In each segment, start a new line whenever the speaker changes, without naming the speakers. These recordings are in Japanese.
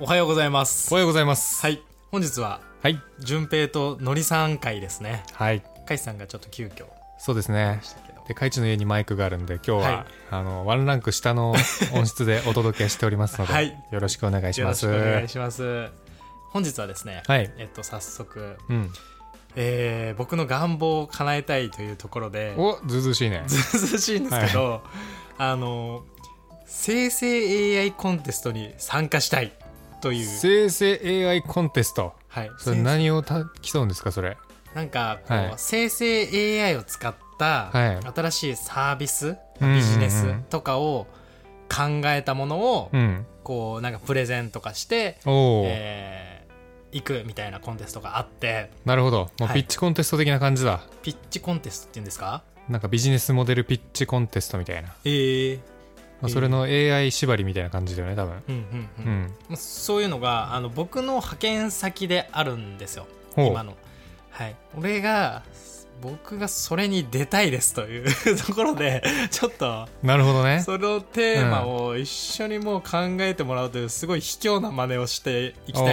おはようございます
おはようございます。
はい本日は
はい。
順平とのりさん会ですね
はい。
かいさんがちょっと急遽
そうですね
でし。たけど
で、カイチの家にマイクがあるんで、今日は、
はい
あの、ワンランク下 の音質でお届けしておりますので、
はい
よろしくお願いし
よろ
ま
し
す。
くお願い
は
します本日はですね、
い。
えっと早速、
うん。
えー僕の願望を叶えたいというところで
お、ずうずうしいね。
ずうずうしいんですけど、あの生成 AI コンテストに参加したいという、
生成 AI コンテスト。
はい、
それ何をた競うんですか、それ。
なんかこう、
はい
生成 AI を使った
はい
新しいサービス、
うんうんうん
ビジネスとかを考えたものを
うん。
こうなんかプレゼンとかして、
おー、
えーいくみたいなコンテストがあって
なるほど。もう
はい
ピッチコンテスト的な感じだ。
ピッチコンテストっていうんですか
なんかビジネスモデルピッチコンテストみたいな。ま
ええ
あ、それの AI 縛りみたいな感じだよね、多分。
うんうんうん、
う
ま
ん。
あそういうのがあの僕の派遣先であるんですよ
ほう
今のはい俺が僕がそれに出たいですという ところでちょっと
なるほどね。
そのテーマを一緒にもう考えてもらうというすごい卑怯な真似をしていきたいなと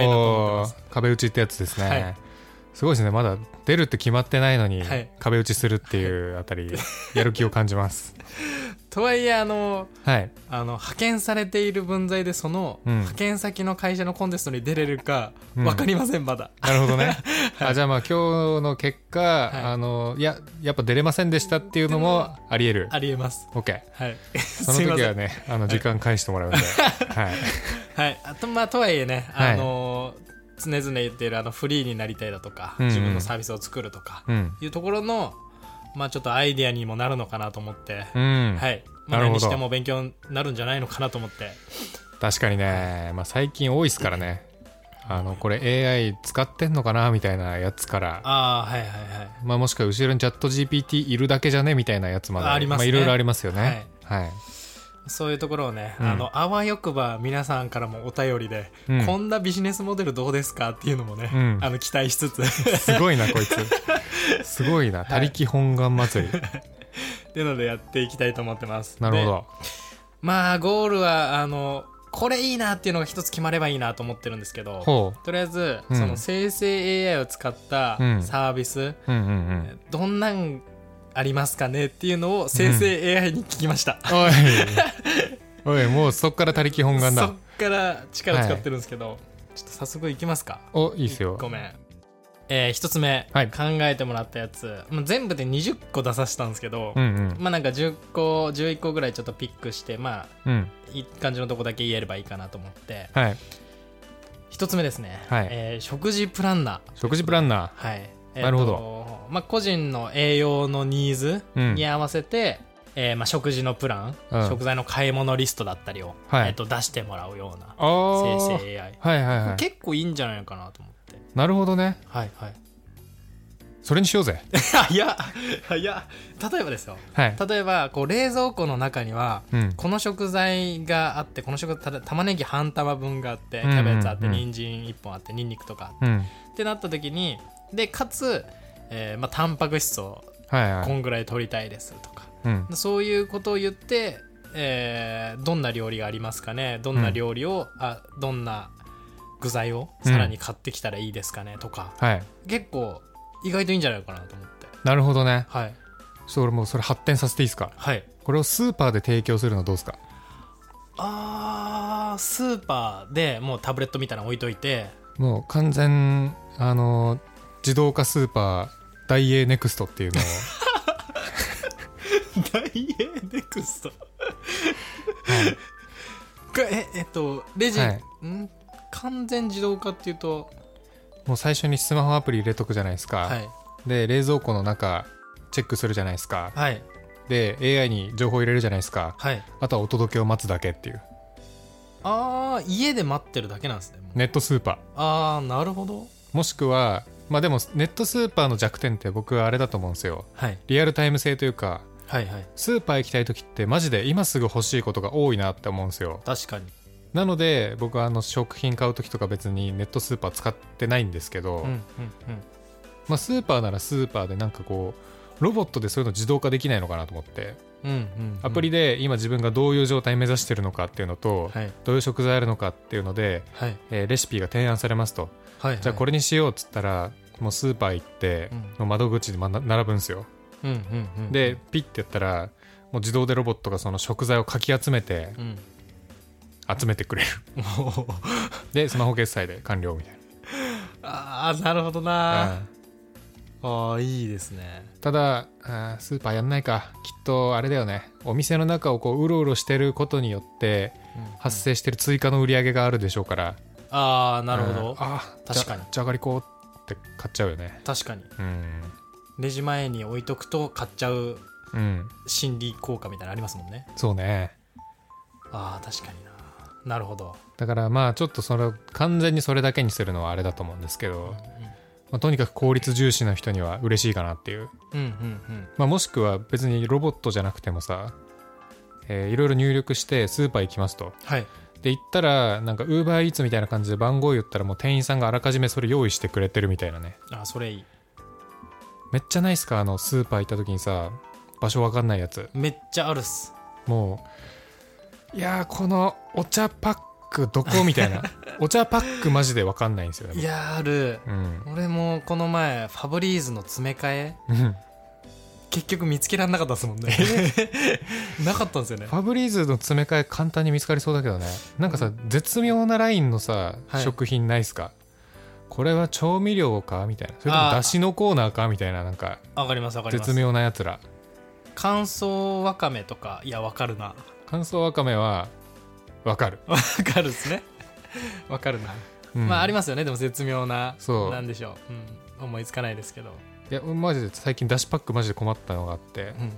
思って
おー壁打ちってやつですね、
はい
すごいですねまだ出るって決まってないのに、
はい
壁打ちするっていうあたりやる気を感じます
ます。とはいえあの
はい
あの派遣されている分際でその、
うん
派遣先の会社のコンテストに出れるか
うん
分かりません、まだ。
なるほどね、あじゃあまあ今日の結果、
い
あのいややっぱ出れませんでしたっていうのもありえる
ありえます。
OK
はい、
その
すいま
時
せ
は
ん
ねあの時間返してもらうんで、はい、
はい、あとまあとはいえね、
はい
あの常々言っているあのフリーになりたいだとか、
うんうん
自分のサービスを作るとか
うん
いうところの、まあ、ちょっとアイディアにもなるのかなと思って、
うん、
はい、まあ、
なるほ
何
ど
しても勉強になるんじゃないのかなと思って。
確かにね、まあ、最近多いですからねあのこれ AI 使ってんのかなみたいなやつから
ああはいはいはい
まあ、もしくは後ろにチャット GPT いるだけじゃねみたいなやつまで
あありますね
あ、いろいろありますよね。はい、
そういうところをね、
うん
あのあわよくば皆さんからもお便りで、
うん
こんなビジネスモデルどうですかっていうのもね、
うん
あの期待しつ つ
すごいな、こいつ。すご いな、他力本願祭り。
っていうのでやっていきたいと思ってます
なるほ
で
ど。
まあゴールはあのこれいいなっていうのが一つ決まればいいなと思ってるんですけど
ほ
とりあえず、
うん
その生成 AI を使った
うん
サービス、
う。うんうん うん。
どんなんありますかねっていうのを生成 AI に聞きました、
おい。おい、もうそっから他力 本願
そ
だ
っ。から力使ってるんですけど、ちょっと早速いきますか
お、いいっすよ。
ごめん。えー、一つ目、
はい
考えてもらったやつ、まあ、全部で20個出させたんですけど、
うんうん。
まあなんか10個11個ぐらいちょっとピックしてまあ
うん。
いい感じのとこだけ言えればいいかなと思って
はい。
一つ目ですね、
はい
えー食事プランナ
食事プランナー。
ー、はいえーと
なるほ
まあ、個人の栄養のニーズ
うん
に合わせて、えーまあ、食事のプラン、
うん
食材の買い物リストだったりを、
はい
えー、と出してもらうような
ああ。
生
はい
成 AI、
はいはい。
結構いいんじゃないかなと思って
なるほどね。
はいはい
それにしようぜ。
早っ早っ例えばですよ
はい。
例えばこう冷蔵庫の中には
うん。
この食材があってこの食ただ玉ねぎ半玉分があって
う
キ
んうんうん
ャベツあって人参1本あってニンニクとか
うん。
ってなった時にでかつ、えーまあ、タンパク質を
はいは
こ
い。
んぐらい取りたいですとか
うん。
そういうことを言って、えーどんな料理がありますかねどんな料理を、あどんな具材をさらに買ってきたらいいですかねとか、
はい。
結構意外といいんじゃないかなと思って
なるほどね。
はい
ちょっと俺もうそれ発展させていいですか
はい
これをスーパーで提供するのどうですか
あースーパーでもうタブレットみたいなの置いといて
もう完全あの自動化スーパーダイエーネクストってい うのを
ダイエーネクストええっとレジ、
はい
ん完全自動化っていうと
もう最初にスマホアプリ入れとくじゃないですか、
はい
で冷蔵庫の中チェックするじゃないですか
はい
で AI に情報入れるじゃないですか
はい
あとはお届けを待つだけっていう
ああ家で待ってるだけなんですねもう
ネットスーパー
ああなるほど
もしくはまあでもネットスーパーの弱点って僕はあれだと思うんですよ
はい
リアルタイム性というか
はいはい
スーパー行きたい時ってマジで今すぐ欲しいことが多いなって思うんですよ
確かに
なので僕はあの食品買う時とか別にネットスーパー使ってないんですけど、
うんうんうん
まあ、スーパーならスーパーでなんかこうロボットでそういうの自動化できないのかなと思って
うんうん
アプリで今自分がどういう状態目指してるのかっていうのと、
はい
どういう食材あるのかっていうので、
はい
えーレシピが提案されますと、
はいはい
じゃあこれにしようっつったらもうスーパー行って
うん、
もう窓口でまな並ぶんですよ
うんうんうん
でピッてやったらもう自動でロボットがその食材をかき集めて
うん
集めてくれる
おー
でスマホ決済で完了みたい
ああなるほどな、
な、
ああいいですね
うんただあースーパーやんないかきっとあれだよねお店の中をこううろうろしてることによって発生してる追加の売り上げがあるでしょうから、
ああなるほど、
うんあー
確かに
じゃじゃがりこって買っちゃうよね
確かに
うん
レジ前に置いとくと買っちゃう
うん
心理効果みたいなのありますもんね
そうね
ああ確かにななるほど、
だからまあちょっとそれ完全にそれだけにするのはあれだと思うんですけど、まあ、とにかく効率重視の人には嬉しいかなっていう、
うん、うんうん
まあ、もしくは別にロボットじゃなくてもさ、えーいろいろ入力してスーパー行きますと
はい
で行ったらなんかウーバーイーツみたいな感じで番号言ったらもう店員さんがあらかじめそれ用意してくれてるみたいなね
あーそれいい
めっちゃないっすかあのスーパー行った時にさ場所わかんないやつ
めっちゃあるっす
もういやーこのお茶パックどこみた いなお茶パックマジでわかんないんですよね
いやーある
うん
俺もこの前ファブリーズの詰め替え
うん
結局見つけられなかったですもんね なかったんですよね
ファブリーズの詰め替え簡単に見つかりそうだけどねなんかさ絶妙なラインのさ、
はい
食品ないっすかこれは調味料かみたいなそれとも
あー
だしのコーナーかみたいななんか
わかりますわかりま
絶
す
妙なやつら
乾燥わかめとかいやわかるな
乾燥わかめはわかる、
わかるっすねわかるな、
うん
まあありますよねでも絶妙な
そう
なんでしょう、うん、思いつかないですけど、
いやマジで最近だしパックマジで困ったのがあって
うんうん、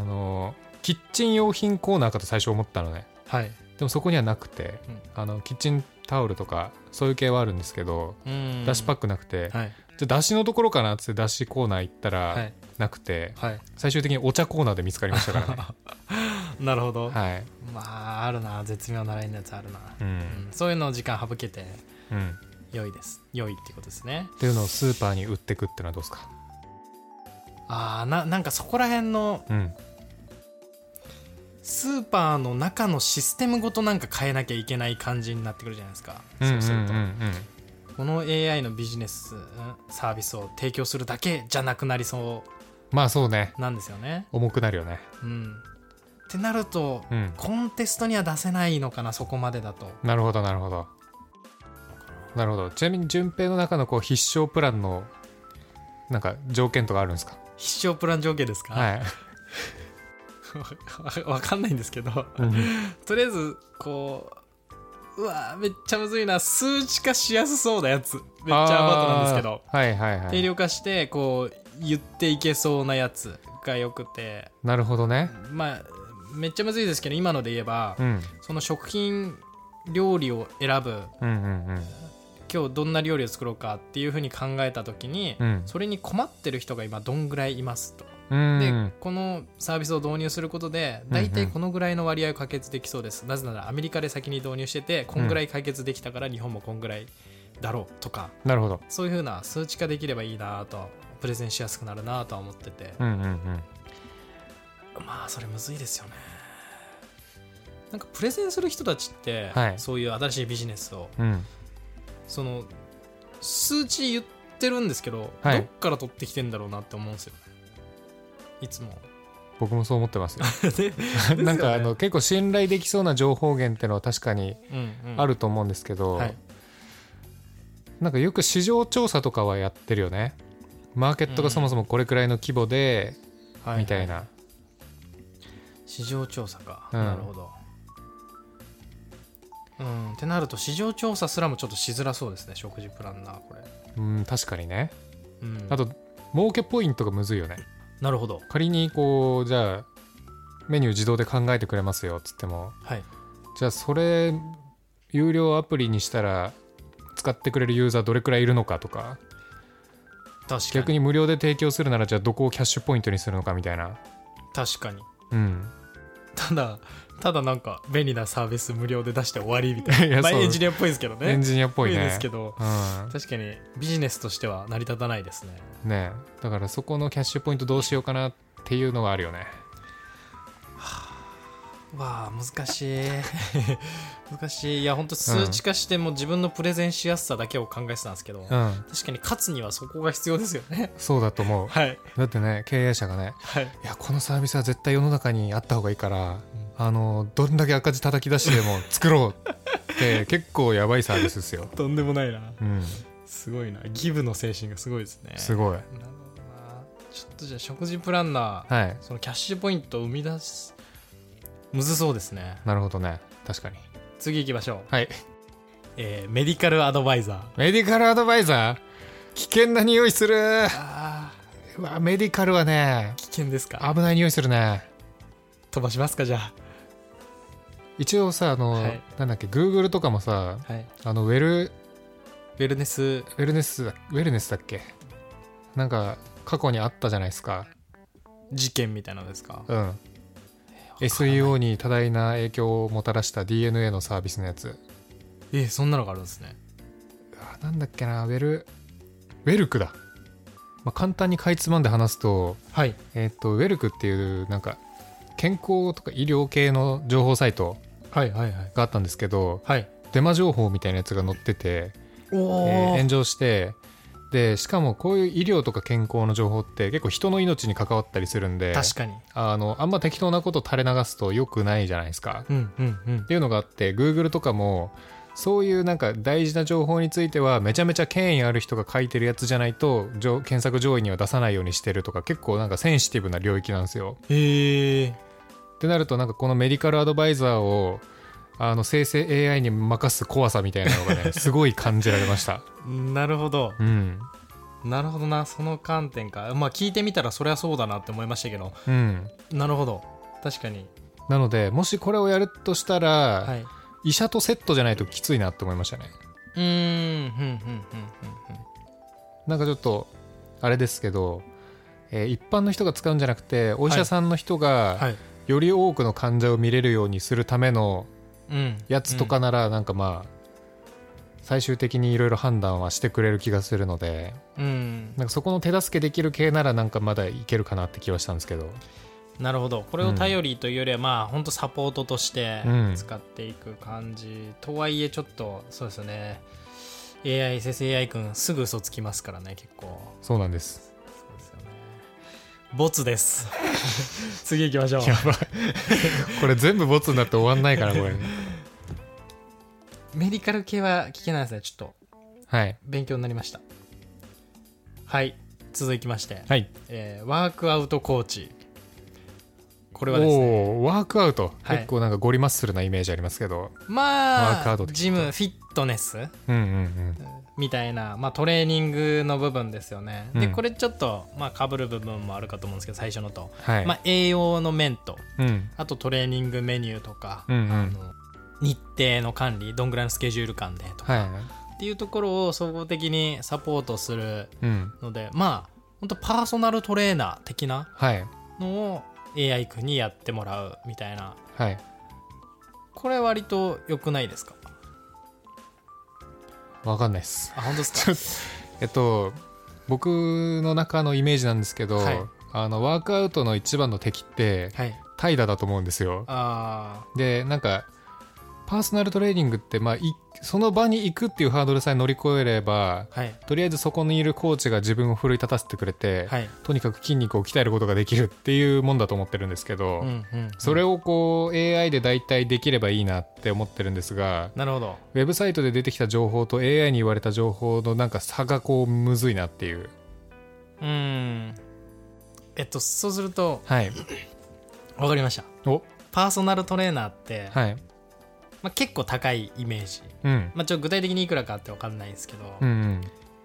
あのキッチン用品コーナーかと最初思ったのね
はい
でもそこにはなくて、
うん
あのキッチンタオルとかそういう系はあるんですけど、
うん
だしパックなくて、
はい
じゃあだしのところかなっつってだしコーナー行ったら、
はい
なくて
はい
最終的にお茶コーナーで見つかりましたからね
なるほど、
はい
まああるな絶妙なラインのやつあるな、
うん、
うんそういうのを時間省けて
うん、っ
良いです良いってことですね
ていうのをスーパーに売ってくってのはどうですか
あーななんかそこら辺の
うん
スーパーの中のシステムごとなんか変えなきゃいけない感じになってくるじゃないですか、そうすると
んんうん
この AI のビジネスうんサービスを提供するだけじゃなくなりそ
まあそうね
うなんですよね
重くなるよね
うんってなると、
うん
コンテストには出せないのかなそこまでだと
なるほどなるほどなるほどちなみに順平の中のこう必勝プランのなんか条件とかあるんですか
必勝プラン条件ですか、
はい、
わわかんないんですけどとりあえずこううわーめっちゃむずいな数値化しやすそうなやつめっちゃアバートなんですけど
あーはいはいは
定
い
量化してこう言っていけそうなやつがよくて
なるほどね
まあめっちゃむずいですけど今ので言えば、
うん
その食品料理を選ぶ
うんうんうん
今日どんな料理を作ろうかっていうふうに考えた時に、
うん
それに困ってる人が今どんぐらいいますと。
うん
で、このサービスを導入することで大体このぐらいの割合を可決できそうです、なぜならアメリカで先に導入しててこんぐらい解決できたから日本もこんぐらいだろうとか
なるほど
そういうふうな数値化できればいいなとプレゼンしやすくなるなとは思ってて、
うんうんうん
まあそれむずいですよねなんかプレゼンする人たちって、
はい
そういう新しいビジネスを
うん
その数値言ってるんですけど、
はい
どっから取ってきてんだろうなって思うんですよねいつも
僕もそう思ってますよ
で
なんかあ
ですよ
の結構信頼できそうな情報源ってのは確かに
うんうん
あると思うんですけど、
はい
なんかよく市場調査とかはやってるよねマーケットがそもそもこれくらいの規模で、
は
みたいな、
市場調査か、
うん
なるほどうんってなると市場調査すらもちょっとしづらそうですね食事プランナーこれ、
うん確かにね
うん、
あと儲けポイントがむずいよね
なるほど
仮にこうじゃあメニュー自動で考えてくれますよっつっても
はい
じゃあそれ有料アプリにしたら使ってくれるユーザーどれくらいいるのかとか
確かに
逆に無料で提供するならじゃあどこをキャッシュポイントにするのかみたいな
確かに
うん
ただただなんか便利なサービス無料で出して終わりみたい
い
な
や
まあ
そう
エンジニアっぽいですけどね
エンジニアっぽいね
ですけど
う
確かにビジネスとしては成り立たないですね
んねえだからそこのキャッシュポイントどうしようかなっていうのはあるよね
わあ難しい 難しいいや本当数値化しても自分のプレゼンしやすさだけを考えてたんですけど、
うん
確かに勝つにはそこが必要ですよね
そうだと思う
はい
だってね経営者がね
はい
いやこのサービスは絶対世の中にあった方がいいから、あのどんだけ赤字叩き出してでも作ろうって 結構やばいサービスですよ、
とんでもないな
うん、
すごいなギブの精神がすごいですね
すごい
なるほどなちょっとじゃあ食事プランナー、
はい
そのキャッシュポイントを生み出すむずそうですね
なるほどね確かに
次行きましょう、
はい
えーメディカルアドバイザー
メディカルアドバイザー危険な匂いする
あー
うわメディカルはね
危険ですか
危ない匂いするね
飛ばしますかじゃあ
一応さあの、
はい
なんだっけ Google とかもさ
はい
あのウェル
ウェルネス
ウェルネスだウェルネスだっけなんか過去にあったじゃないですか
事件みたいなのですか
うん
え
SEO に多大な影響をもたらした DNA のサービスのやつ
えそんなのがあるんですね
あなんだっけなウェルウェルクだ、まあ、簡単にかいつまんで話すと,、
はい
えっとウェルクっていうなんか健康とか医療系の情報サイト
はいはいはい
があったんですけど
はい
デマ情報みたいなやつが載ってて、
お
え
お、
ー炎上してでしかもこういう医療とか健康の情報って結構人の命に関わったりするんで
確かに
あのあんま適当なこと垂れ流すと良くないじゃないですか。
うんうんうん
っていうのがあって Google とかもそういうなんか大事な情報についてはめちゃめちゃ権威ある人が書いてるやつじゃないと上検索上位には出さないようにしてるとか結構なんかセンシティブな領域なんですよ。
へえ
ってなるとなんかこのメディカルアドバイザーをあの生成 AI に任す怖さみたいなのが ねすごい感じられました。
なるほど
うん、
なるほどなその観点かまあ聞いてみたらそりゃそうだなって思いましたけど
うん、
なるほど確かに
なのでもしこれをやるとしたら、
はい
医者とセットじゃないときついなって思いましたね。
うーんふんふんふんふん
なんかちょっとあれですけど、えー一般の人が使うんじゃなくてお医者さんの人
ふんは
が
い
より多くの患者を見れるようにするための
うん
やつとかならなんかまあ最終的にいろいろ判断はしてくれる気がするので
うん
なんかそこの手助けできる系ならなんかまだいけるかなって気はしたんですけど
なるほどこれを頼りというよりは、まあ本当サポートとして
うん
使っていく感じ、とはいえちょっとそうですよね AI 生成 AI 君すぐ嘘つきますからね結構
そうなんです
そうですよねボツです 次行きましょう
これ全部ボツになって終わんないからこ れ
メディカル系は聞けないですねちょっと
はい
勉強になりましたはい続きまして、
はい
えーワークアウトコーチこれ
お
はですね
おーワークアウト、
はい
結構なんかゴリマッスルなイメージありますけどワー
ま
クアウ
あ
トって聞くと
ジムフィットネス
うんうんうん
みたいな、まあ、トレーニングの部分ですよね、で
うん
これちょっとまあ被る部分もあるかと思うんですけど最初のと、
はい、
まあ、栄養の面と
うん
あとトレーニングメニューとか、
うんうん
あの日程の管理どんぐらいのスケジュール感でとか、
はい
っていうところを総合的にサポートする
うん。
のでまあ本当パーソナルトレーナー的な
はい。
のを AI 君にやってもらうみたいな
はい。
これ割と良くないですか
わかんないです。
あ本当で すか
えっと、僕の中のイメージなんですけど、
はい
あの、ワークアウトの一番の敵って、
はい
怠惰だと思うんですよ。
あ
で、なんか、パーソナルトレーニングって、まあ、いその場に行くっていうハードルさえ乗り越えれば、
ーはい
とりあえずそこにいるコーチが自分を奮い立たせてくれて、
はい
とにかく筋肉を鍛えることができるっていうもんだと思ってるんですけど、
うんうん
それをこう AI で代替できればいいなって思ってるんですが、
なるほど
ウェブサイトで出てきた情報と AI に言われた情報のなんか差がこうむずいなっていう
うーんえっとそうすると
はい
分かりました
お
パーソナルトレーナーって、
はい
まあ、結構高いイメージ、
うん
まあ、ちょっと具体的にいくらかって分かんないんですけど、
うんう
ま
ん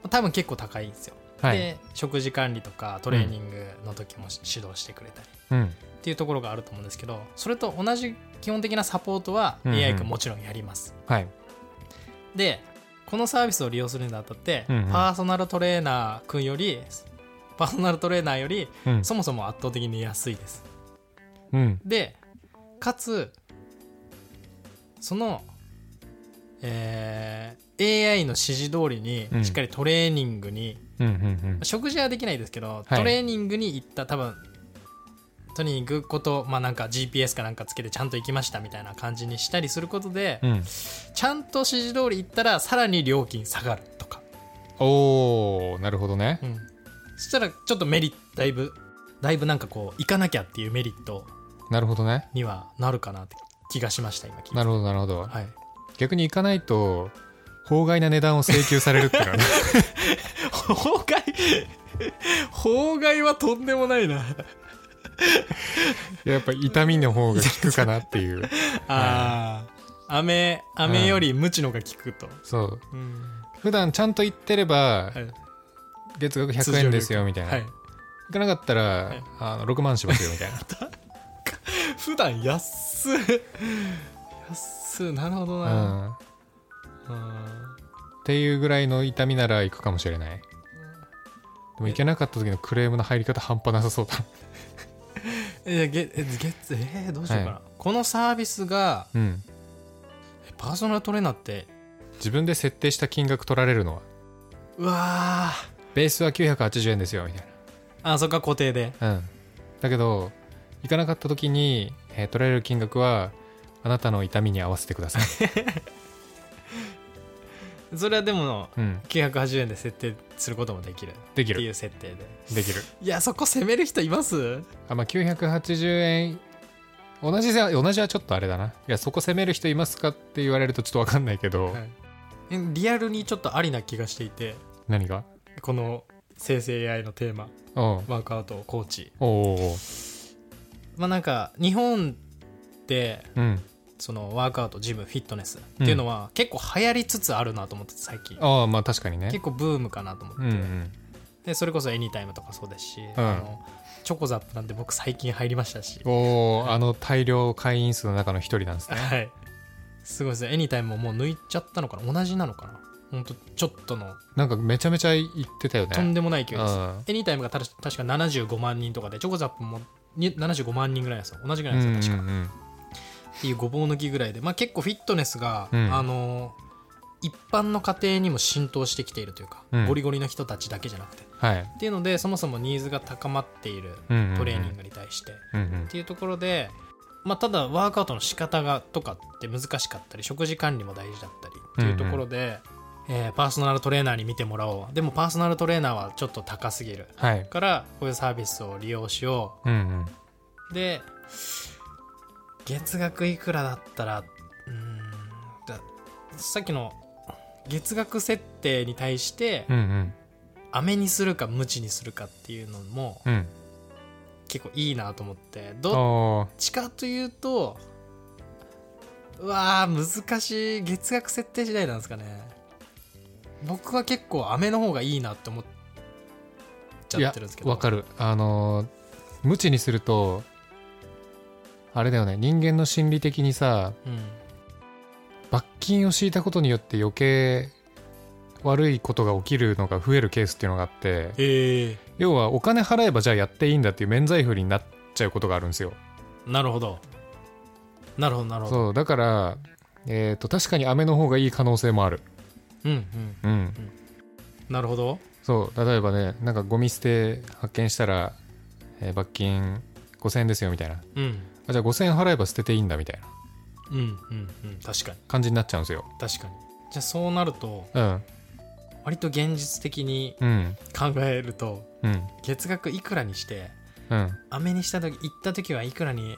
あ多分結構高いんですよ、
はい
で食事管理とかトレーニングの時も指導してくれたり
うん
っていうところがあると思うんですけどそれと同じ基本的なサポートは
うんうん
AI 君もちろんやります、
はい
でこのサービスを利用するにあたって、
うんうん
パーソナルトレーナー君よりパーソナルトレーナーより
うん
そもそも圧倒的に安いです
うん
でかつその、えー AI の指示通りに
うん
しっかりトレーニングに、
うんうんうん
食事はできないですけど、
はい
トレーニングに行った多分とに行くこと、まあ、なんか GPS かなんかつけてちゃんと行きましたみたいな感じにしたりすることで、
うん、
ちゃんと指示通り行ったらさらに料金下がるとか、
おーなるほどね
うん、そしたらちょっとメリットだいぶだいぶなんかこう行かなきゃっていうメリット
なるほどね
にはなるかなって気がしました今聞いて
なるほどなるほど、
はい、
逆に行かないと法外な値段を請求されるってい うのはね
法外法外はとんでもないな
いややっぱ痛みの方が効くかなっ ていう
ああ飴飴より無知のが効くと、
そう
うん
普段ちゃんと行ってれ
は
ば
い
月額100円ですよみたいな、
はい、
行かなかったら、
い
あの6万しますよみ たいな
普段安っ 安っなるほど
う
な、
ん、っ
うん
ていうぐらいの痛みなら行くかもしれないでも行けなかった時のクレームの入り方半端なさそうだ
えゲえゲッツえーどうしようかな、このサービスが
うん
えパーソナルトレーナーって
自分で設定した金額取られるのは
うわ
ベースは980円ですよみた
ー
い
あそっか固定で
なうんだけど行かなかった時に、えー取られる金額はあなたの痛みに合わせてく ださい、
それはでも
うん、
980円で設定することもできる
でき
ってい
る
う設定で
できる
いやそこ攻める人います
あまあ980円同じせ同じはちょっとあれだないやそこ攻める人いますかって言われるとちょっと分かんないけど、
はいえリアルにちょっとありな気がしていて
何が
この生成 AI のテーマ
おう
ワークアウトコーチ
おうおうおう
まあなんか日本って
うん
そのワークアウトジムフィットネスっていうのは結構流行りつつあるなと思ってて最近
ああまあ確かにね
結構ブームかなと思って、
うんうん
でそれこそエニタイムとかそうですし、
ん
あのチョコザップなんて僕最近入りましたし、
おおあの大量会員数の中の一人なんですね
はいすごいですねエニタイムももう抜いちゃったのかな同じなのかなほんとちょっとの
なんかめちゃめちゃ言ってたよね
とんでもない勢
う
いです、
ん
エニタイムがただ確か75万人とかでチョコザップもに75万人ぐらいなんですよ同じぐらいなんですよ確か、
うんうんうん
っていうごぼう抜きぐらいで、まあ、結構フィットネスが、
うん
あの一般の家庭にも浸透してきているというか、
うん
ゴリゴリの人たちだけじゃなくてっ
はい
ていうのでそもそもニーズが高まっている
うんうんうん
トレーニングに対して、っ
うんうん
ていうところで、まあ、ただワークアウトの仕方がとかって難しかったり食事管理も大事だったりっていうところで、えーパーソナルトレーナーに見てもらおうでもパーソナルトレーナーはちょっと高すぎる
はい
からこういうサービスを利用しよう
うんうん
で月額いくらだったらうーんださっきの月額設定に対して
うんうん
飴にするか無知にするかっていうのも
うん
結構いいなと思って
お
どっ
お
ちかというとうわー難しい月額設定次第なんですかね僕は結構飴の方がいいなって思っちゃってるんですけど
わかるあのー無知にするとあれだよね人間の心理的にさ
うん
罰金を敷いたことによって余計悪いことが起きるのが増えるケースっていうのがあって
ええ
要はお金払えばじゃあやっていいんだっていう免罪符になっちゃうことがあるんですよ
なるほどなるほどなるほど
そうだからえっ、と確かに雨の方がいい可能性もある
うんうん
うん
なるほど
そう例えばねなんかゴミ捨て発見したら、えー罰金5000円ですよみたいな
うん
あじゃあ5000円払えば捨てていいんだみたいな
うんうんうん確かに
感じになっちゃうんですよ
確かにじゃあそうなると
うん
割と現実的に
うん
考えると
うん
月額いくらにして
うん
雨にした時行った時はいくらに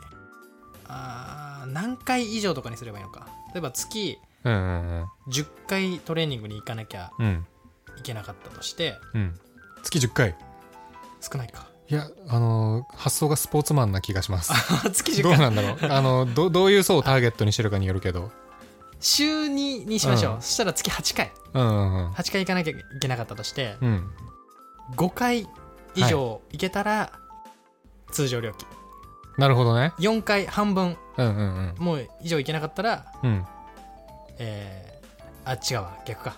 あー何回以上とかにすればいいのか例えば月
うんうん
10回トレーニングに行かなきゃ
うん
いけなかったとして
うん月10回
少ないか
いやあのー発想がスポーツマンな気がします
月10
どう
回
なんだろうあのどどういう層をターゲットにしてるかによるけど
週2にしましょう、
うん
そしたら月8回
うんうんうん
8回行かなきゃいけなかったとして
うん
5回以上行けたら通常料金
なるほどね
4回半分
うんうんうん
もう以上いけなかったら、
うん
えー、あ違うわ逆か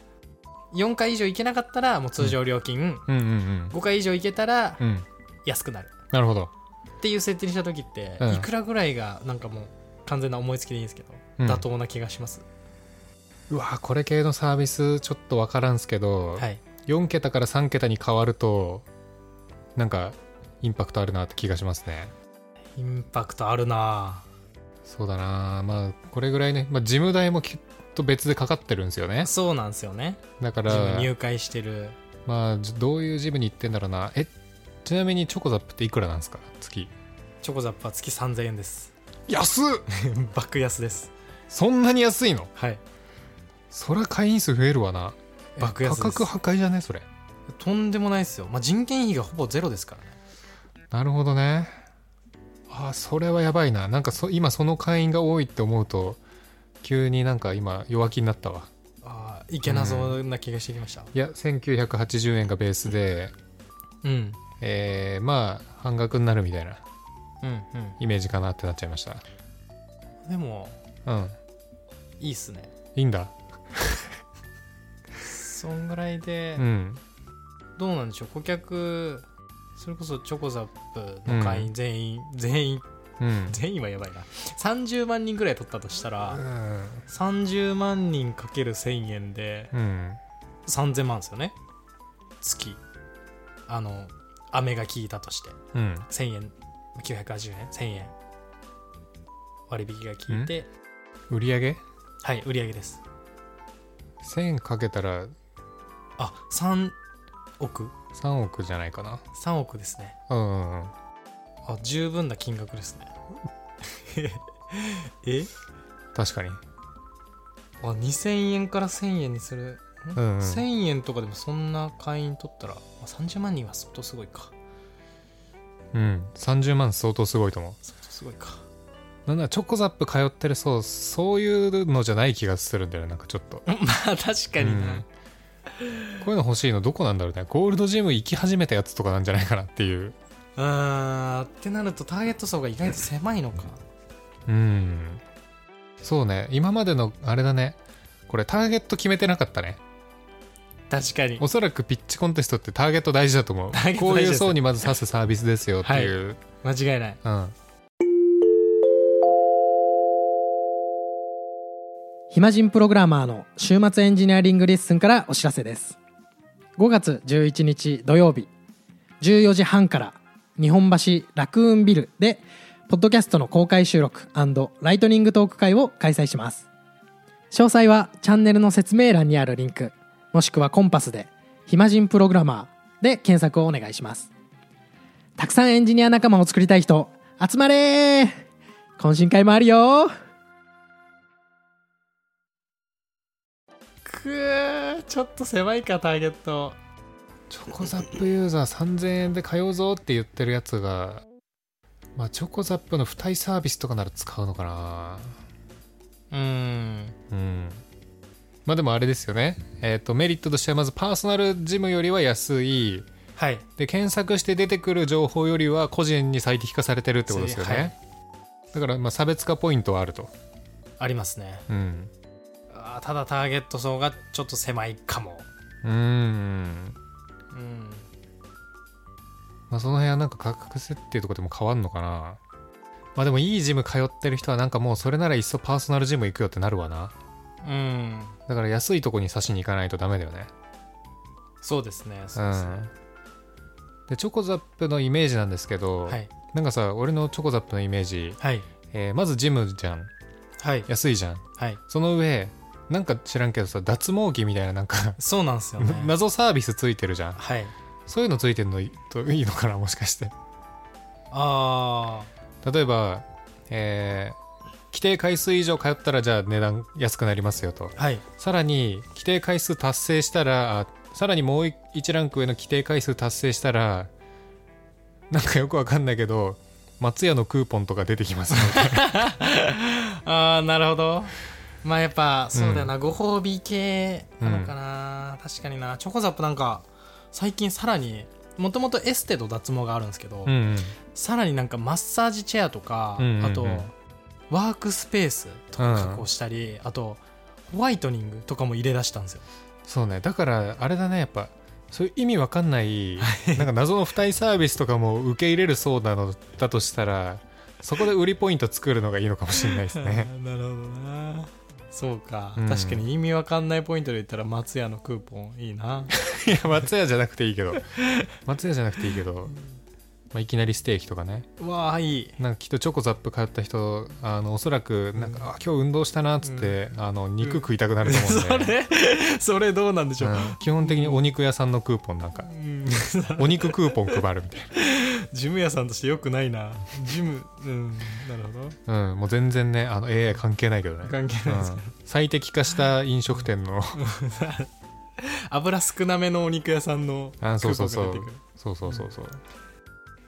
4回以上いけなかったらもう通常料金、
うんうん
5回以上いけたら
うんうん
安くなる
なるほど、
っていう設定にした時って、
うん
いくらぐらいがなんかもう完全な思いつきでいいんですけど、
うん、
妥当な気がします
うわこれ系のサービスちょっと分からんすけど、
はい
4桁から3桁に変わるとなんかインパクトあるなって気がしますね
インパクトあるな
そうだなまあこれぐらいね、まあ、事務代もきっと別でかかってるんですよね
そうなんですよね
だか
自分
ら
入会してる
まあじどういうジムに行ってんだろうなえちなみにチョコザップっていくらなんですか月
チョコザップは月3000円です
安っ
爆安です
そんなに安いの
はい
そりゃ会員数増えるわなえ
爆安です
価格破壊じゃねそれ
とんでもないですよ、まあ、人件費がほぼゼロですからね
なるほどねあそれはやばいななんかそ今その会員が多いって思うと急になんか今弱気になったわ
ああいけなそうな気がしてきました
いや1980円がベースで
うん
えー、まあ半額になるみたいな
うんうん、
イメージかなってなっちゃいました
でも
うん
いいっすね
いいんだ
そんぐらいで、
うん
どうなんでしょう顧客それこそチョコザップの会員全員、 全員
うん
全員はやばいな30万人ぐらい取ったとした
う
ら、
ん
30万人かける1000円で
うん
3000万ですよね月あの飴が効いたとして
うん
1000円980円1000円割引が効いて
売り上げ
はい売り上げです
1000かけたら
あ3億
3億じゃないかな
3億ですね
うんうんうん
あ十分な金額ですね え
確かに
あ2000円から1000円にする、ん
うんうん
1000円とかでもそんな会員取ったら、まあ、30万人は相当すごいか
うん30万相当すごいと思う
相当すごいか
なんだチョコザップ通ってるそうそういうのじゃない気がするんだよねなんかちょっと
まあ 確かにな、
うんこういうの欲しいのどこなんだろうねゴールドジム行き始めたやつとかなんじゃないかなっていう
あーってなるとターゲット層が意外と狭いのか
うんそうね今までのあれだねこれターゲット決めてなかったね
確かに
おそらくピッチコンテストってターゲット大事だと思う
ターゲット
こう
大事
い
です
う層にまず指すサービスですよっていう、
間違いない
うん
暇人プログラマーの週末エンジニアリングレッスンからお知らせです5月11日土曜日14時半から日本橋ラクーンビルでポッドキャストの公開収録ライトニングトーク会を開催します詳細はチャンネルの説明欄にあるリンクもしくはコンパスで「暇人プログラマー」で検索をお願いしますたくさんエンジニア仲間を作りたい人集まれー懇親会もあるよー
くーちょっと狭いかターゲット
チョコザップユーザー3000円で通うぞって言ってるやつが、まあ、チョコザップの付帯サービスとかなら使うのかな
うーん
うんまあでもあれですよね、えー、とメリットとしてはまずパーソナルジムよりは安い
はい
で検索して出てくる情報よりは個人に最適化されてるってことですよね、
はい
だからまあ差別化ポイントはあると、
ありますね
うん、
あーただターゲット層がちょっと狭いかも
うーん、
うん
まあ、その辺はなんか価格設定とかでも変わんのかなまあでもいいジム通ってる人はなんかもうそれならいっそパーソナルジム行くよってなるわな
うん
だから安いとこに差しに行かないとダメだよね
そうですね
う
そうですね
んでチョコザップのイメージなんですけど、
はい
なんかさ俺のチョコザップのイメージ、
はい
えーまずジムじゃん
はい
安いじゃん
はい
その上なんか知らんけどさ脱毛器みたいななんか
そうなんですよ ね
謎サービスついてるじゃん
はい
そういうのついてんのいといいのかなもしかして
あ
例えばえー規定回数以上通ったらじゃあ値段安くなりますよと
あはい
さらに規定回数達成したらあさらにもう1ランク上の規定回数達成したらなんかよくわかんないけど松屋のクーポンとか出てきますので
ああなるほどまあやっぱそうだよな、ご褒美系なのかな、確かになチョコザップなんか最近さらにもともとエステと脱毛があるんですけ ど、
うん
さらになんかマッサージチェアとか、
うんうんうん
あとワークスペースとか確保したり、あとホワイトニングとかも入れ出したんですよ
そうねだからあれだねやっぱそういう意味わかんないなんか謎の付帯サービスとかも受け入れるそうなのだとしたらそこで売りポイント作るのがいいのかもしれないです ね
なるほどな そうか、
うん
確かに意味わかんないポイントで言ったら松屋の クーポンいいない
や松屋じゃなくていいけど松屋じゃなくていいけどまあ、いきなりステーキとかね
うわあいい
なんかきっとチョコザップ通った人あのおそらくなんか、あ今日運動したなっつって、あの肉食いたくなると 思うんで、
それそれどうなんでしょう、
うん基本的にお肉屋さんのクーポンなんか
うん、
お肉クーポン配るみたい
ジム屋さんとしてよくないなジムうんなるほど
な、うん、もう全然ねあの AI 関係ないけどね、
関係
う
ないです、
ん、最適化した飲食店の
油少なめのお肉屋さんの
あそうそう
クーポン
そ
が
う
出てくる
そうそうそうそう、うん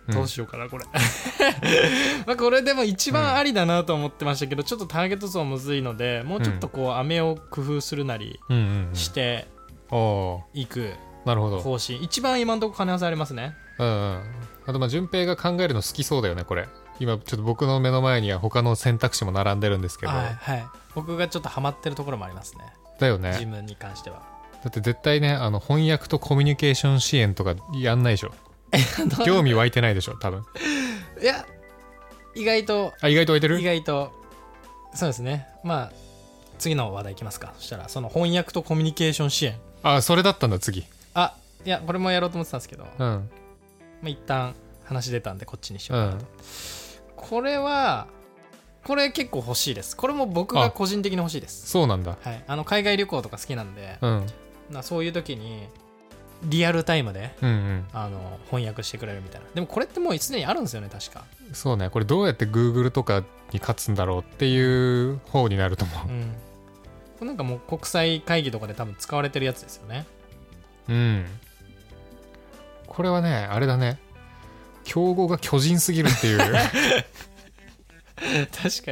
どうしようかなこれ まあこれでも一番ありだなと思ってましたけど、ちょっとターゲット層むずいのでもうちょっとこう飴を工夫するなり
うんうんうん
して
お
いく
ーなるほど
方針一番今のところ金合わせありますね
うんうんあとまあ順平が考えるの好きそうだよねこれ今ちょっと僕の目の前には他の選択肢も並んでるんですけど、
はいはい僕がちょっとハマってるところもありますね
だよ
ジ
ね
ムに関しては
だって絶対ねあの翻訳とコミュニケーション支援とかやんない でしょ興味湧いてないでしょ多分
いや意外と
あ意外と湧いて
意
る
外とそうですねまあ次の話題いきますかそしたらその翻訳とコミュニケーション支援
あそれだったんだ次
あいやこれもやろうと思ってたんですけど、ま
うん
あ、一旦話出たんでこっちにし
う
ようかなと
ん
これはこれ結構欲しいですこれも僕が個人的に欲しいです
そうなんだ
はい、あの海外旅行とか好きなんで、
うん
なそういう時にリアルタイムで
うんうん
あの翻訳してくれるみたいなでもこれってもうすでにあるんですよね確か、
そうねこれどうやって Google とかに勝つんだろうっていう方になると思
う、
うん
これなんかもう国際会議とかで多分使われてるやつですよね
うんこれはねあれだね競合が巨人すぎるってい う
確か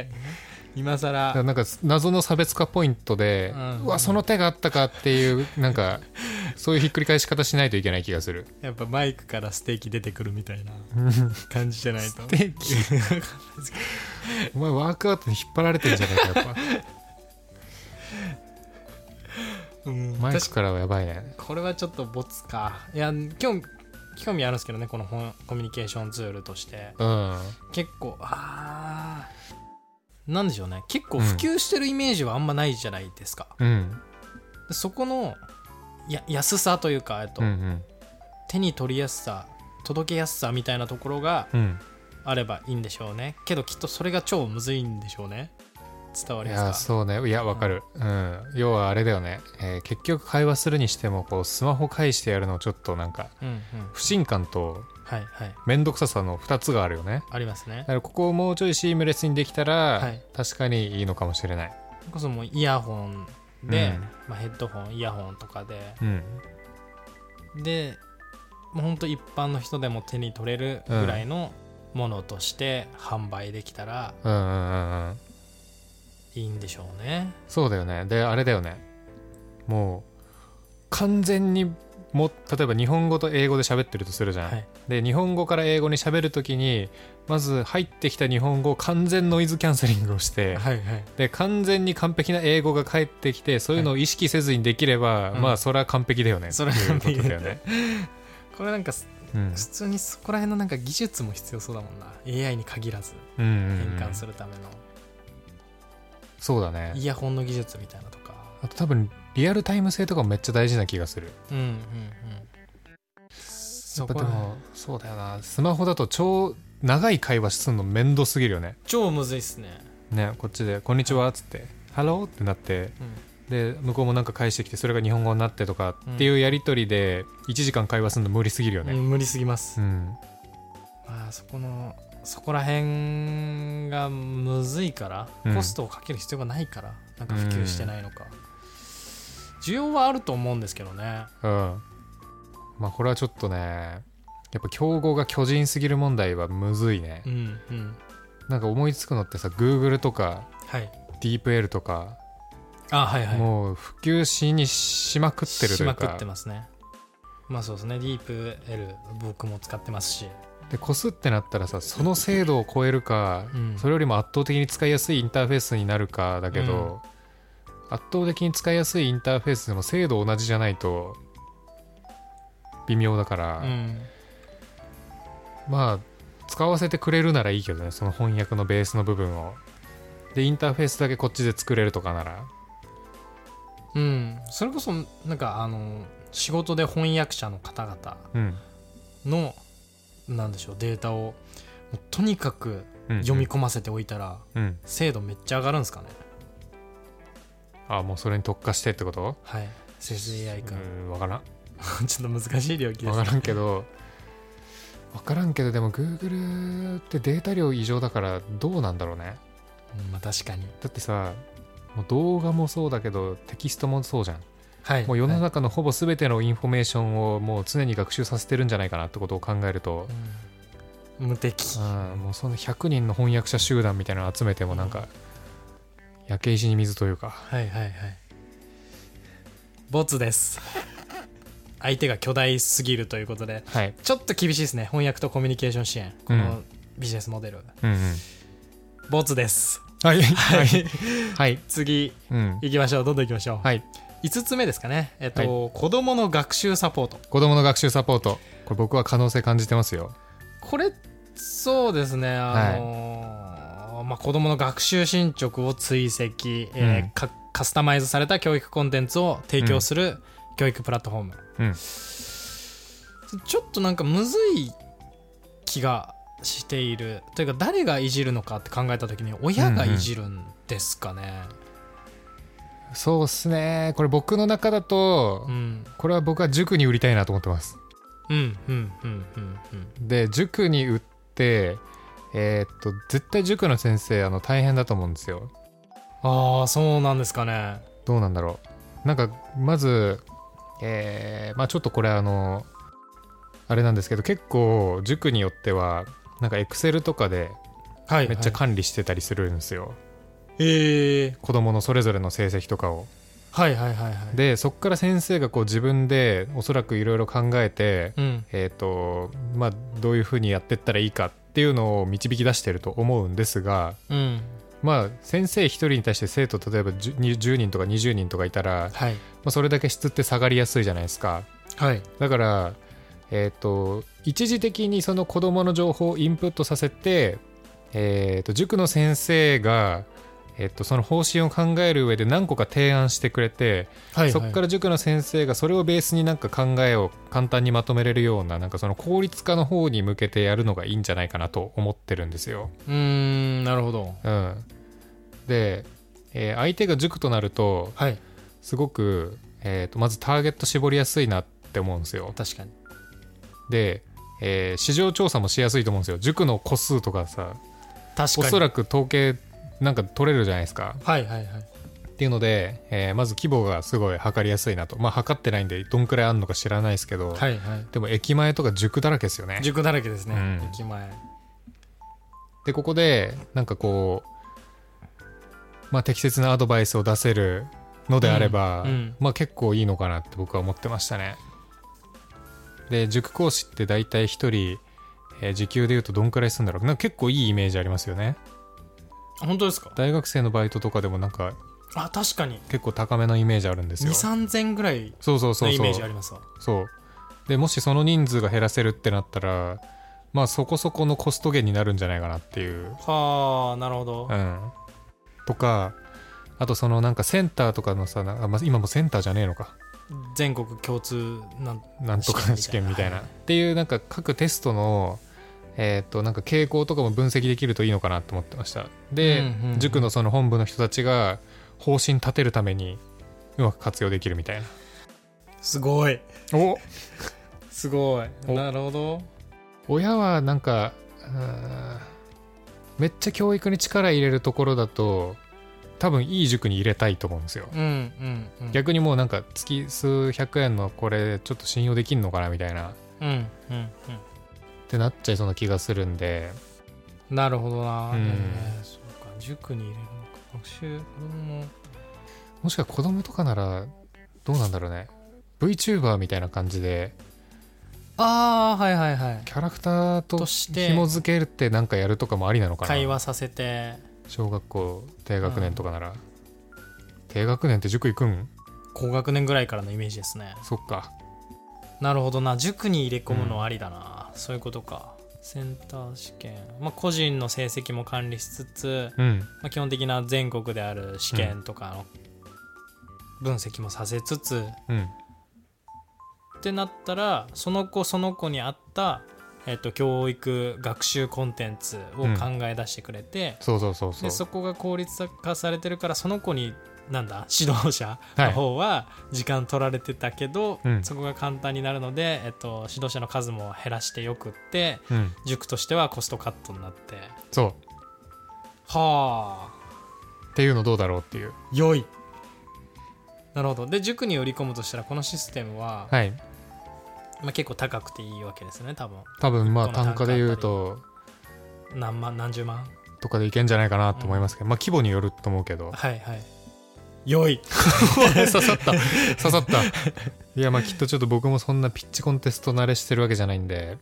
にね今さら
なんか謎の差別化ポイントで、
う
うんわその手があったかっていうなんかそういうひっくり返し方しないといけない気がする
やっぱマイクからステーキ出てくるみたいな感じじゃないと
テーキお前ワークアウトに引っ張られてるんじゃないかやっぱ
うん
マイ
確
ク
か
からはやばいね
これはちょっとボツかいや興味興味あるんですけどねこの本コミュニケーションツールとして
うん
結構あーなんでしょうね結構普及してるイメージはあんまないじゃないですか、
うん
でそこのや安さというか、えっと
うんうん
手に取りやすさ届けやすさみたいなところが
うん
あればいいんでしょうねけどきっとそれが超むずいんでしょうね伝わ
い
り
や
ますか
そうねいやわかる、うん要はあれだよね、えー結局会話するにしてもこうスマホ返してやるのちょっとなんか
うんうん
不信感と
はいはい
面倒くささの2つがあるよね
ありますね
だからここをもうちょいシームレスにできたら、
はい
確かにいいのかもしれない
それこそもうイヤホンで、
うん
まあ、ヘッドホンイヤホンとかで
うん
でもうほんと一般の人でも手に取れるぐらいのものとして販売できたら
うんうんうんうん
いいんでしょうね、
そうだよねであれだよねもう完全にも例えば日本語と英語で喋ってるとするじゃん、
はい
で日本語から英語に喋るときにまず入ってきた日本語を完全ノイズキャンセリングをして
はいはい
で完全に完璧な英語が返ってきてそういうのを意識せずにできれば、
うん
まあそれは完璧だよね
それは完璧
っていうことだよね、
これなんかす
うん
普通にそこら辺のなんか技術も必要そうだもんな AI に限らず
うんうん
変
うん
換するための
そうだね
イヤホンの技術みたいなとか
あと多分リアルタイム性とかもめっちゃ大事な気がする
うんうんうん
や
そ
っぱ
こ
で
は
もそうだよなスマホだと超長い会話するの面倒すぎるよね
超むずいっすね
ねこっちで「こんにちは」っつって「ハロー」ってなってで向こうもなんか返してきてそれが日本語になってとかっていうやり取りで1時間会話するの無理すぎるよ
うん、
ね
無理すぎます、
うん
まあそこのそこら辺がむずいから、
うん
コストをかける必要がないからなんか普及してないのか、需要はあると思うんですけどね
うんまあこれはちょっとねやっぱ競合が巨人すぎる問題はむずいね
うんうん
なんか思いつくのってさ Google とか
はい
ディープ L とか
あはいはい
もう普及しにしまくってると
し
いう
まくっ
か
てますねまあそうですねディープ L 僕も使ってますし
でこすってなったらさその精度を超えるか、
うん
それよりも圧倒的に使いやすいインターフェースになるかだけど、圧倒的に使いやすいインターフェースでも精度同じじゃないと微妙だから、
うん
まあ使わせてくれるならいいけどねその翻訳のベースの部分をでインターフェースだけこっちで作れるとかなら
うんそれこそなんかあの仕事で翻訳者の方々
うん
のなんでしょうデータをもうとにかく
うん
読み込ませておいたら
うん
精度めっちゃ上がるんですかね
あもうそれに特化してってこと
はい生成 AI
う
か、
ん分からん
ちょっと難しい領域で
分
す
からんけど分からんけどでも Google ってデータ量異常だからどうなんだろうね
うんまあ確かに
だってさもう動画もそうだけどテキストもそうじゃん
はい
もう世の
はい
中のほぼ全てのインフォメーションをもう常に学習させてるんじゃないかなってことを考えると、
うん無敵
うん、もうその100人の翻訳者集団みたいなの集めてもなんか焼け石に水というか
はいはいはいボツです相手が巨大すぎるということで
はい
ちょっと厳しいですね翻訳とコミュニケーション支援こ
う
のビジネスモデル、
うんうん
ボツです
はいはいはい
次
うん
行きましょうどんどん行きましょう、
はい
5つ目ですかねえっと、子どもの学習サポート
子供の学習サポートこれ僕は可能性感じてますよ
これそうですねあのーまあ、子どもの学習進捗を追跡、えー
うん
かカスタマイズされた教育コンテンツを提供する教育プラットフォーム、
うん
ちょっとなんかむずい気がしているというか誰がいじるのかって考えた時に親がいじるんですかね
そうっすねこれ僕の中だと
うん
これは僕は塾に売りたいなと思ってます
うんうんうんうんうん
で塾に売ってえーっと絶対塾の先生あの大変だと思うんですよ
ああそうなんですかね
どうなんだろうなんかまずえーまあちょっとこれあのあれなんですけど結構塾によってはなんかエクセルとかで
はい
めっち
は
ゃ
い
管理してたりするんですよ、
ええ
子供のそれぞれの成績とかを
はいはいはいはい
でそっから先生がこう自分でおそらくいろいろ考えて
うん
えっ、とまあどういうふうにやってったらいいかっていうのを導き出してると思うんですが
うん
まあ先生1人に対して生徒例えば 10, 10人とか20人とかいたら、ま
はい
あ、それだけ質って下がりやすいじゃないですか
はい
だからえっ、と一時的にその子どもの情報をインプットさせてえっ、と塾の先生がえっとその方針を考える上で何個か提案してくれて、
はい
そこから塾の先生がそれをベースになんか考えを簡単にまとめれるようななんかその効率化の方に向けてやるのがいいんじゃないかなと思ってるんですよ。
うーんなるほど
うん、で、えー相手が塾となると
はい
すごく、えーとまずターゲット絞りやすいなって思うんですよ。
確かに
で、えー市場調査もしやすいと思うんですよ塾の個数とかさ
確か
お
に
そらく統計なんか取れるじゃないですか
はいはいはい
っていうので、えーまず規模がすごい測りやすいなとまあ測ってないんでどんくらいあるのか知らないですけど、
はいはい
でも駅前とか塾だらけですよね
塾だらけですね、
うん
駅前
でここでなんかこう、まあ、適切なアドバイスを出せるのであれば、
うんうん
まあ、結構いいのかなって僕は思ってましたねで塾講師って大体1人、えー時給でいうとどんくらいするんだろうなんか結構いいイメージありますよね
本当ですか
大学生のバイトとかでもなんか
あ確かに
結構高めのイメージあるんです
2
よ
3千ぐらい
そうそうそ
の
う
イ
そ
メージあり
う
ますわ
そうでもしその人数が減らせるってなったらまあそこそこのコスト減になるんじゃないかなっていう
はあなるほど
うん、とかあとそのなんかセンターとかのさなあ、まあ、今もセンターじゃねえのか
全国共通なん
なんとか試
試
験
験
み
み
た
たい
いな
な
っていうなんか各テストのえっ、となんか傾向とかも分析できるといいのかなと思ってましたで、
うんうんうん
塾のその本部の人たちが方針立てるためにうまく活用できるみたいな
すごい
お
すご
お
いなるほど
親はなんかうーんめっちゃ教育に力入れるところだと多分いい塾に入れたいと思うんですよ
うんうんうん
逆にもうなんか月数百円のこれちょっと信用できんのかなみたいなっ
うんうんうん
てなっちゃいそうな気がするんで
なるほどな、
うん
えーそうか塾に入れるのか学習子供の
もしか子供とかならどうなんだろうね VTuber みたいな感じで
ああはいはいはい
キャラクターと
として
紐付けるってなんかやるとかもありなのかな
会話させて
小学校低学年とかなら、低学年って塾行くん
高学年ぐらいからのイメージですね
そっか
なるほどな塾に入れ込むのはありだな、そういうことかセンター試験、まあ、個人の成績も管理しつつ、
うん
まあ、基本的な全国である試験とかの分析もさせつつ、
うん
ってなったらその子その子に合った、えっと、教育学習コンテンツを考え出してくれて、
そうそうそうそう
でそこが効率化されてるからその子になん だ指導者の方は時間取られてたけど、
うん
そこが簡単になるので、えっと、指導者の数も減らしてよくって
うん
塾としてはコストカットになって
そう
はあ
っていうのどうだろうっていう
良いなるほどで塾に売り込むとしたらこのシステムは、
はい
まあ、結構高くていいわけですね多分
多分まあ
一個の
単価で言うと
何万何十万
とかでいけんじゃないかなと思いますけど、まあ規模によると思うけど
はいはい良い
刺さった刺さったいやまあきっとちょっと僕もそんなピッチコンテスト慣れしてるわけじゃないんで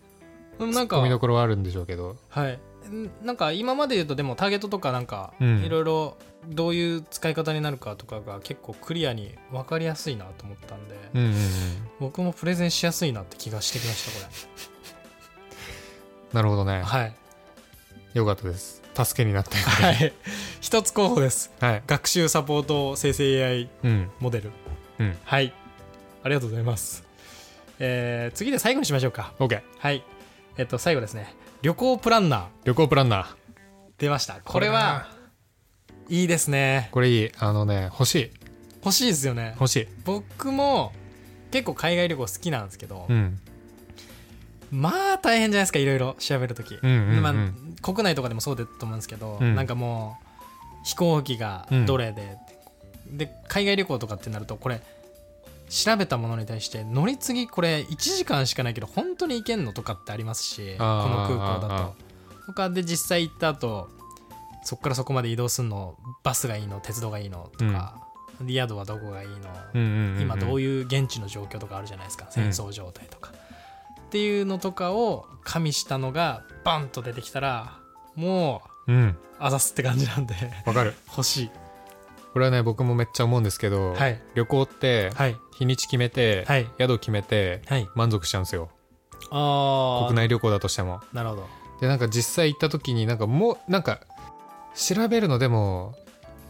でもなんか
込みどころはあるんでしょうけど
はい、んなんか今まで言うとでもターゲットとかなんか
うん
いろいろどういう使い方になるかとかが結構クリアに分かりやすいなと思ったんで、
うんうんうん
僕もプレゼンしやすいなって気がしてきましたこ
なるほどね
れはい
よかったです助けになっ て
はい一つ候補です
はい
学習サポート生成 AI
うん
モデル
うん
はいありがとうございます、えー次で最後にしましょうか
OK
はいえっと最後ですね旅行プランナー
旅行プランナー
出ましたこれはいいですね
これいいあのね欲しい
欲しいですよね
欲しい
僕も結構海外旅行好きなんですけど、
うん
まあ大変じゃないですかいろいろ調べるとき、
うんうんうん
まあ、国内とかでもそうだと思うんですけど、
うん
なんかもう飛行機がどれで、で海外旅行とかってなるとこれ調べたものに対して乗り継ぎこれ1時間しかないけど本当に行けんのとかってありますしこの
あー
空港
あー
だ
あ
と。とかで実際行った後そこからそこまで移動するのバスがいいの鉄道がいいのとか、で宿はどこがいいの、
うんうんうん
今どう
い
い
う
う現地の状況とかあるじゃないですか
う
戦
ん
争状態とか、っていうのとかを加味したのがバンと出てきたらもう
うん
あざすって感じなんで
わかる
欲しい
これはね僕もめっちゃ思うんですけど、
はい
旅行って
はい
日にち決めて、
はい
宿決めて
はい
満足しちゃうんですよ
ああ
国内旅行だとしても
なるほど
でなんか実際行った時になんかもうなんか調べるのでも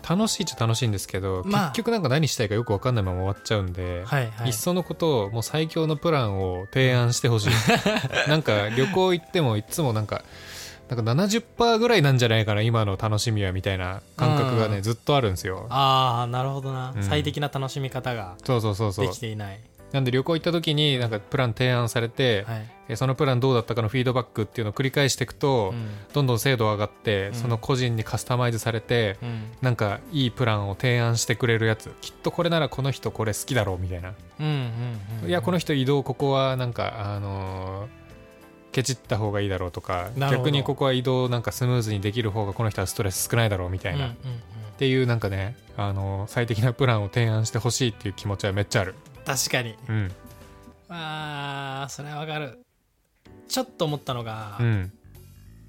楽しいっちゃ楽しいんですけど、
まあ
結局なんか何したいかよく分かんないまま終わっちゃうんで、
はいはい
っそのことをもう最強のプランを提案し てほしいなんか旅行行ってもいつもなんかなんか70%ぐらいなんじゃないかな今の楽しみはみたいな感覚が
うん
ねずっとあるんですよ
ああなるほどな、
うん
最適な楽しみ方が
そうそうそうそ
で
う
きていない
なんで旅行行った時になんかプラン提案されて、
はい、
えーそのプランどうだったかのフィードバックっていうのを繰り返していくと、
うん
どんどん精度上がって、
ん
その個人にカスタマイズされて、
うん
なんかいいプランを提案してくれるやつきっとこれならこの人これ好きだろうみたいな、
うんうんうん
いやこの人移動ここはなんかあのーケチった方がいいだろうとか
なるほど
逆にここは移動なんかスムーズにできる方がこの人はストレス少ないだろうみたいな、
うん
っ
うんうん
ていうなんかね、あのー最適なプランを提案してほしいっていう気持ちはめっちゃある
確かに
うん
あーそれはわかるちょっと思ったのが、
うん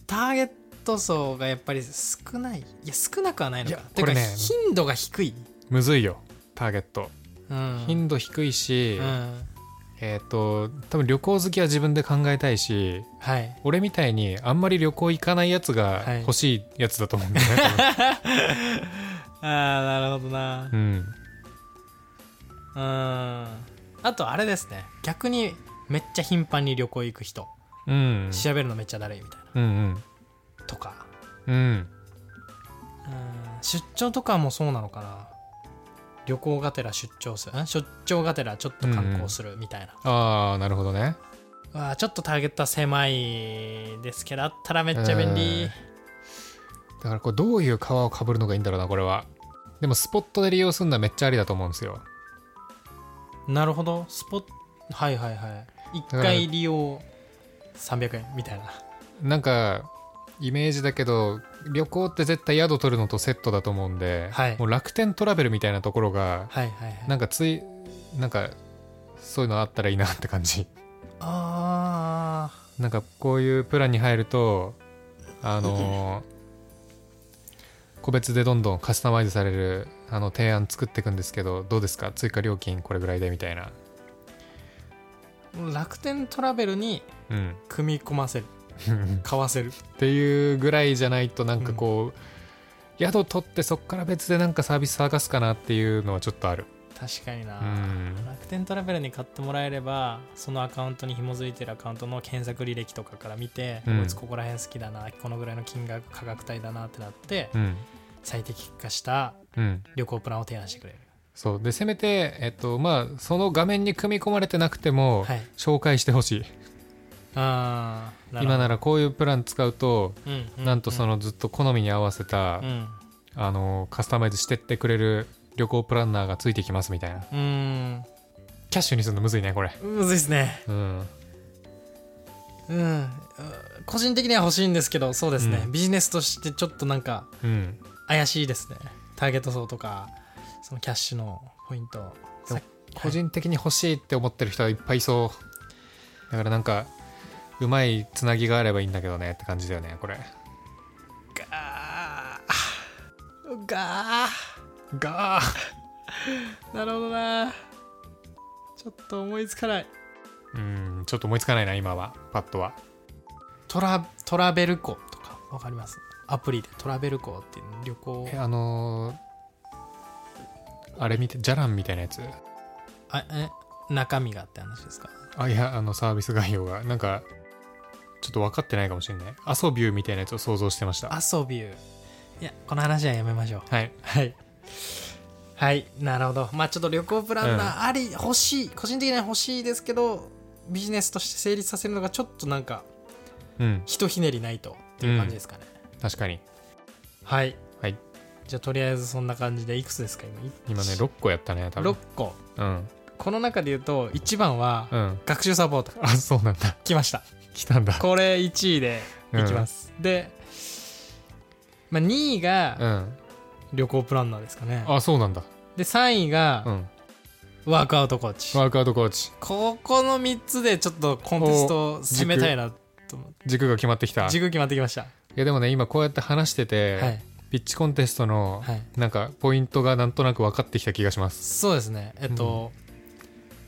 ターゲット層がやっぱり少ないいや少なくはないのか
いや
てか
これね
頻度が低い、
むずいよターゲット
うん、
頻度低いし、
うん
えっ、と多分旅行好きは自分で考えたいし
はい
俺みたいにあんまり旅行行かないやつが
はい
欲しいやつだと思うんだよ ね、多分
ああなるほどな
うん
うんあとあれですね逆にめっちゃ頻繁に旅行行く人
うん
調べるのめっちゃだるいみたい
うん
なとか
うんう
う
ん
ん出張とかもそうなのかな旅行がてら出張するん出張がてらちょっと観光するみたいな、
ああなるほどね
わあちょっとターゲットは狭いですけどあったらめっちゃ便利、
うんだからこれどういう皮をかぶるのがいいんだろうなこれはでもスポットで利用するのはめっちゃありだと思うんですよ
なるほどスポッはいはいはい1
ら
回利用300円みたいな
なんかイメージだけど旅行って絶対宿取るのとセットだと思うんで、
はい
もう楽天トラベルみたいなところが
はいはいはい
なんかついなんかそういうのあったらいいなって感じ
ああ
なんかこういうプランに入るとあのー個別でどんどんカスタマイズされるあの提案作っていくんですけどどうですか追加料金これぐらいでみたいな
楽天トラベルに
うん
組み込ませる買わせる
っていうぐらいじゃないとなんかこう、宿取ってそっから別でなんかサービス探すかなっていうのはちょっとある
確かにな、
うん
楽天トラベルに買ってもらえればそのアカウントに紐づいてるアカウントの検索履歴とかから見て、
うん
こいつここら辺好きだなこのぐらいの金額価格帯だなってなって、
うん
最適化した
うん
旅行プランを提案してくれる
そうでせめて、えっとまあ、その画面に組み込まれてなくても、
はい
紹介してほしい
ああ
今ならこういうプラン使うと、なんとそ
の
のずっと好みに合わせた、
うん
あのカスタマイズしてってくれる旅行プランナーがついてきますみたいな
うん
キャッシュにするのむずいねこれ
むずいですね
うん
うんうん個人的には欲しいんですけどそうですね、
うん
ビジネスとしてちょっとなんか
うん
怪しいですねターゲット層とかそのキャッシュのポイント
でも個人的に欲しいって思ってる人はいっぱいいそうだからなんかうまいつなぎがあればいいんだけどねって感じだよねこれ
ガーガーガーなるほどなちょっと思いつかない
うんちょっと思いつかないな今はパッとは
トラトラベルコとかわかりますアプリでトラベルコっていう旅行
えあのーあれ見てじゃらんみたいなやつ
あえ中身がって話ですか
あいやあのサービス概要がなんかちょっと分かってないかもしれないアソビューみたいなやつを想像してました
アソビューいやこの話はやめましょう
はい
はいはいなるほどまあちょっと旅行プランナーあり、欲しい個人的には欲しいですけどビジネスとして成立させるのがちょっとなんか
うん
ひとひねりないとっていう感じですかね、
確かに
はい
はい
じゃあとりあえずそんな感じでいくつですか今
今ね6個やったね多分
6個
うん
この中で言うと1番は
うん
学習サポート
あそうなんだ
来ました
来たんだ
これ1位でいきますす、で、まあ、2位
う
が
ん
旅行プランナーですかね、
あそうなんだ
で3位
う
が
ん
ワークアウトコーチ、
ワークアウトコーチ
ここの3つでちょっとコンテストを攻めたいなと思って
軸が決まってきたい
軸決まってきました、
やでもね今こうやって話してて、
はい
ピッチコンテストの
はい
なんかポイントがなんとなく分かってきた気がします
そうですねえっと、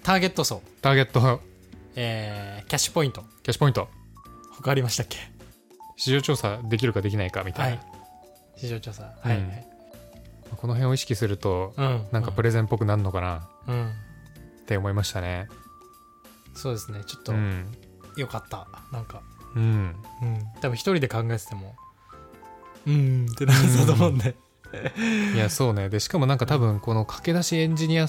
ターゲット層、
ターゲット
えーキャッシュポイント
キャッシュポイント
他ありましたっけ
市場調査できるかできないかみた
はいい
な、
市場調査、
うん
はいはい
この辺を意識すると
うん
なんかプレゼンっぽくなるのかな
うん、うん
って思いましたね
そうですねちょっと
うん
よかった、なんか
うん
うん多分一人で考えててもうんってなりそうと思うんで
いやそうねでしかもなんか多分この駆け出しエンジニア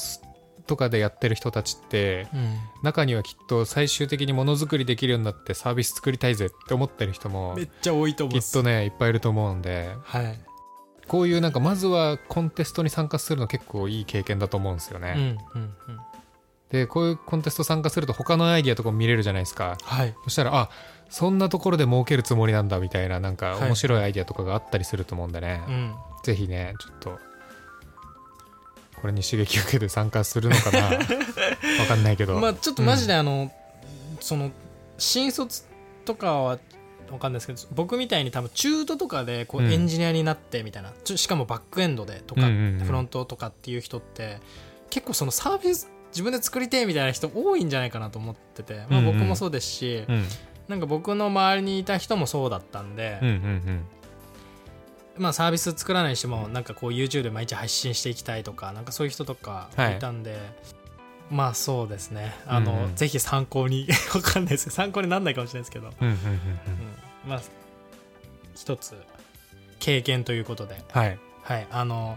とかでやってる人たちって
うん
中にはきっと最終的にものづくりできるようになってサービス作りたいぜって思ってる人も
めっちゃ多いと思
き
う
っとねいっぱいいると思うんで
はい、
こういうなんかまずはコンテストに参加するの結構いい経験だと思うんですよね、
うんうんうん
でこういうコンテスト参加すると他のアイディアとかも見れるじゃないですか
はい
そしたらあそんなところで儲けるつもりなんだみたいななんか
はい
面白いアイディアとかがあったりすると思うんでね、
うん
ぜひねちょっとこれに刺激を受けて参加するの かなわかんないけど、
まあちょっとマジであの、その新卒とかはわかんないですけど僕みたいに多分中途とかでこう
うん
エンジニアになってみたいな、ちょしかもバックエンドでとか、
うんうんうん
フロントとかっていう人って結構そのサービス自分で作りてえみたいな人多いんじゃないかなと思ってて、まあ、
うんうん
僕もそうですし、
うん、
なんか僕の周りにいた人もそうだったんで、
うんうんうん
まあ、サービス作らないにしてもなんかこう YouTube で毎日発信していきたいとかなんかそういう人とか
はい
いたんで、まあそうですねあの、
うんうん
ぜひ参考に わかんないですけど参考にならないかもしれないですけど、
うんうんうんうん
うんまあ一つ経験ということで、
はい
はい、あの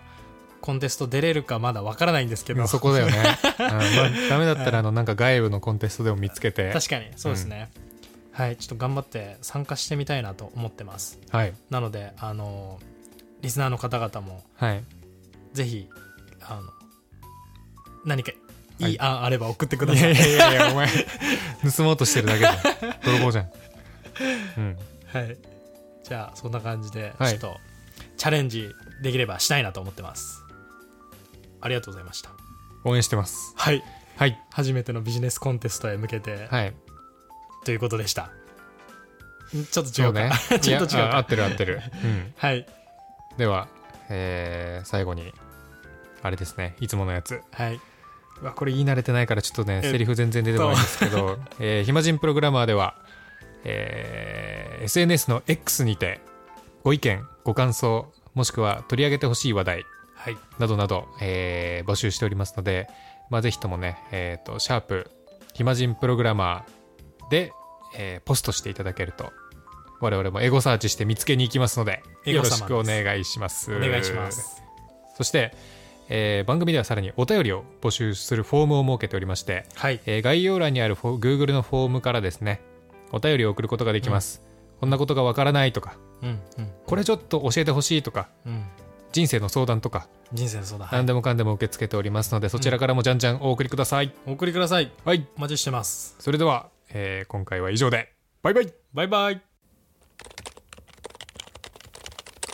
コンテスト出れるかまだわからないんですけど
そこだ よね、うんまあ、ダメだったらあのなんか外部のコンテストでも見つけて
確かにそうですね、はいちょっと頑張って参加してみたいなと思ってます
はい
なのであのリスナーの方々も
はい
ぜひあの何か
はい
い
い
い案あれば送ってく
い
ださい、
やいやいやいやお前 盗もうとしてるだけじゃん泥棒じゃんうん
はい、じゃあそんな感じでちょ
はい
っと、チャレンジできればしたいなと思ってますありがとうございました
応援してます
はい
はい
初めてのビジネスコンテストへ向けて
はい
ということでしたんちょっと
そ
違
う
うか
い
ちょ
や
っと違うか
あ合ってる合ってる、 うん、
はい
では、えー最後にあれですねいつものやつ
はいう
わこれ言い慣れてないからちょっとね
えっと
セリフ全然出てこないんですけど「 えー暇人プログラマー」では、えー SNS の X にてご意見ご感想もしくは取り上げてほしい話題
はい
などなど、えー募集しておりますので、まあ、ぜひともね、えーと、シャープ、暇人プログラマーで、えーポストしていただけると、我々もエゴサーチして見つけに行きますので、
エ
よ
ゴ様
ろ
で
し
す
くお願いします。
お願いしま。す
そして、えー番組ではさらにお便りを募集するフォームを設けておりまして、
はい
えー概要欄にあるフォ Google のフォームからですねお便りを送ることができます、こんなことがわからないとか
うんうん
これちょっと教えてほしいとか
うん
人生の相談とか、
人生の相談はい
何でもかんでも受け付けておりますのでそちらからもじゃんじゃんお送りください、
お送りください
はい
お待ちしてます
それでは、えー今回は以上でバイバイ
バイバイ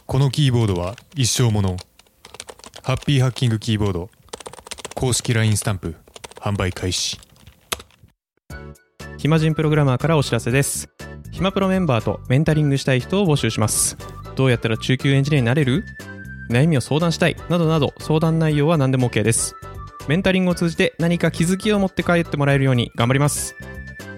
このキーボードは一生ものハッピーハッキングキーボード公式 LINE スタンプ販売開始
暇人プログラマーからお知らせです暇プロメンバーとメンタリングしたい人を募集しますどうやったら中級エンジニアになれる悩みを相談したいなどなど相談内容は何でも OK ですメンタリングを通じて何か気づきを持って帰ってもらえるように頑張ります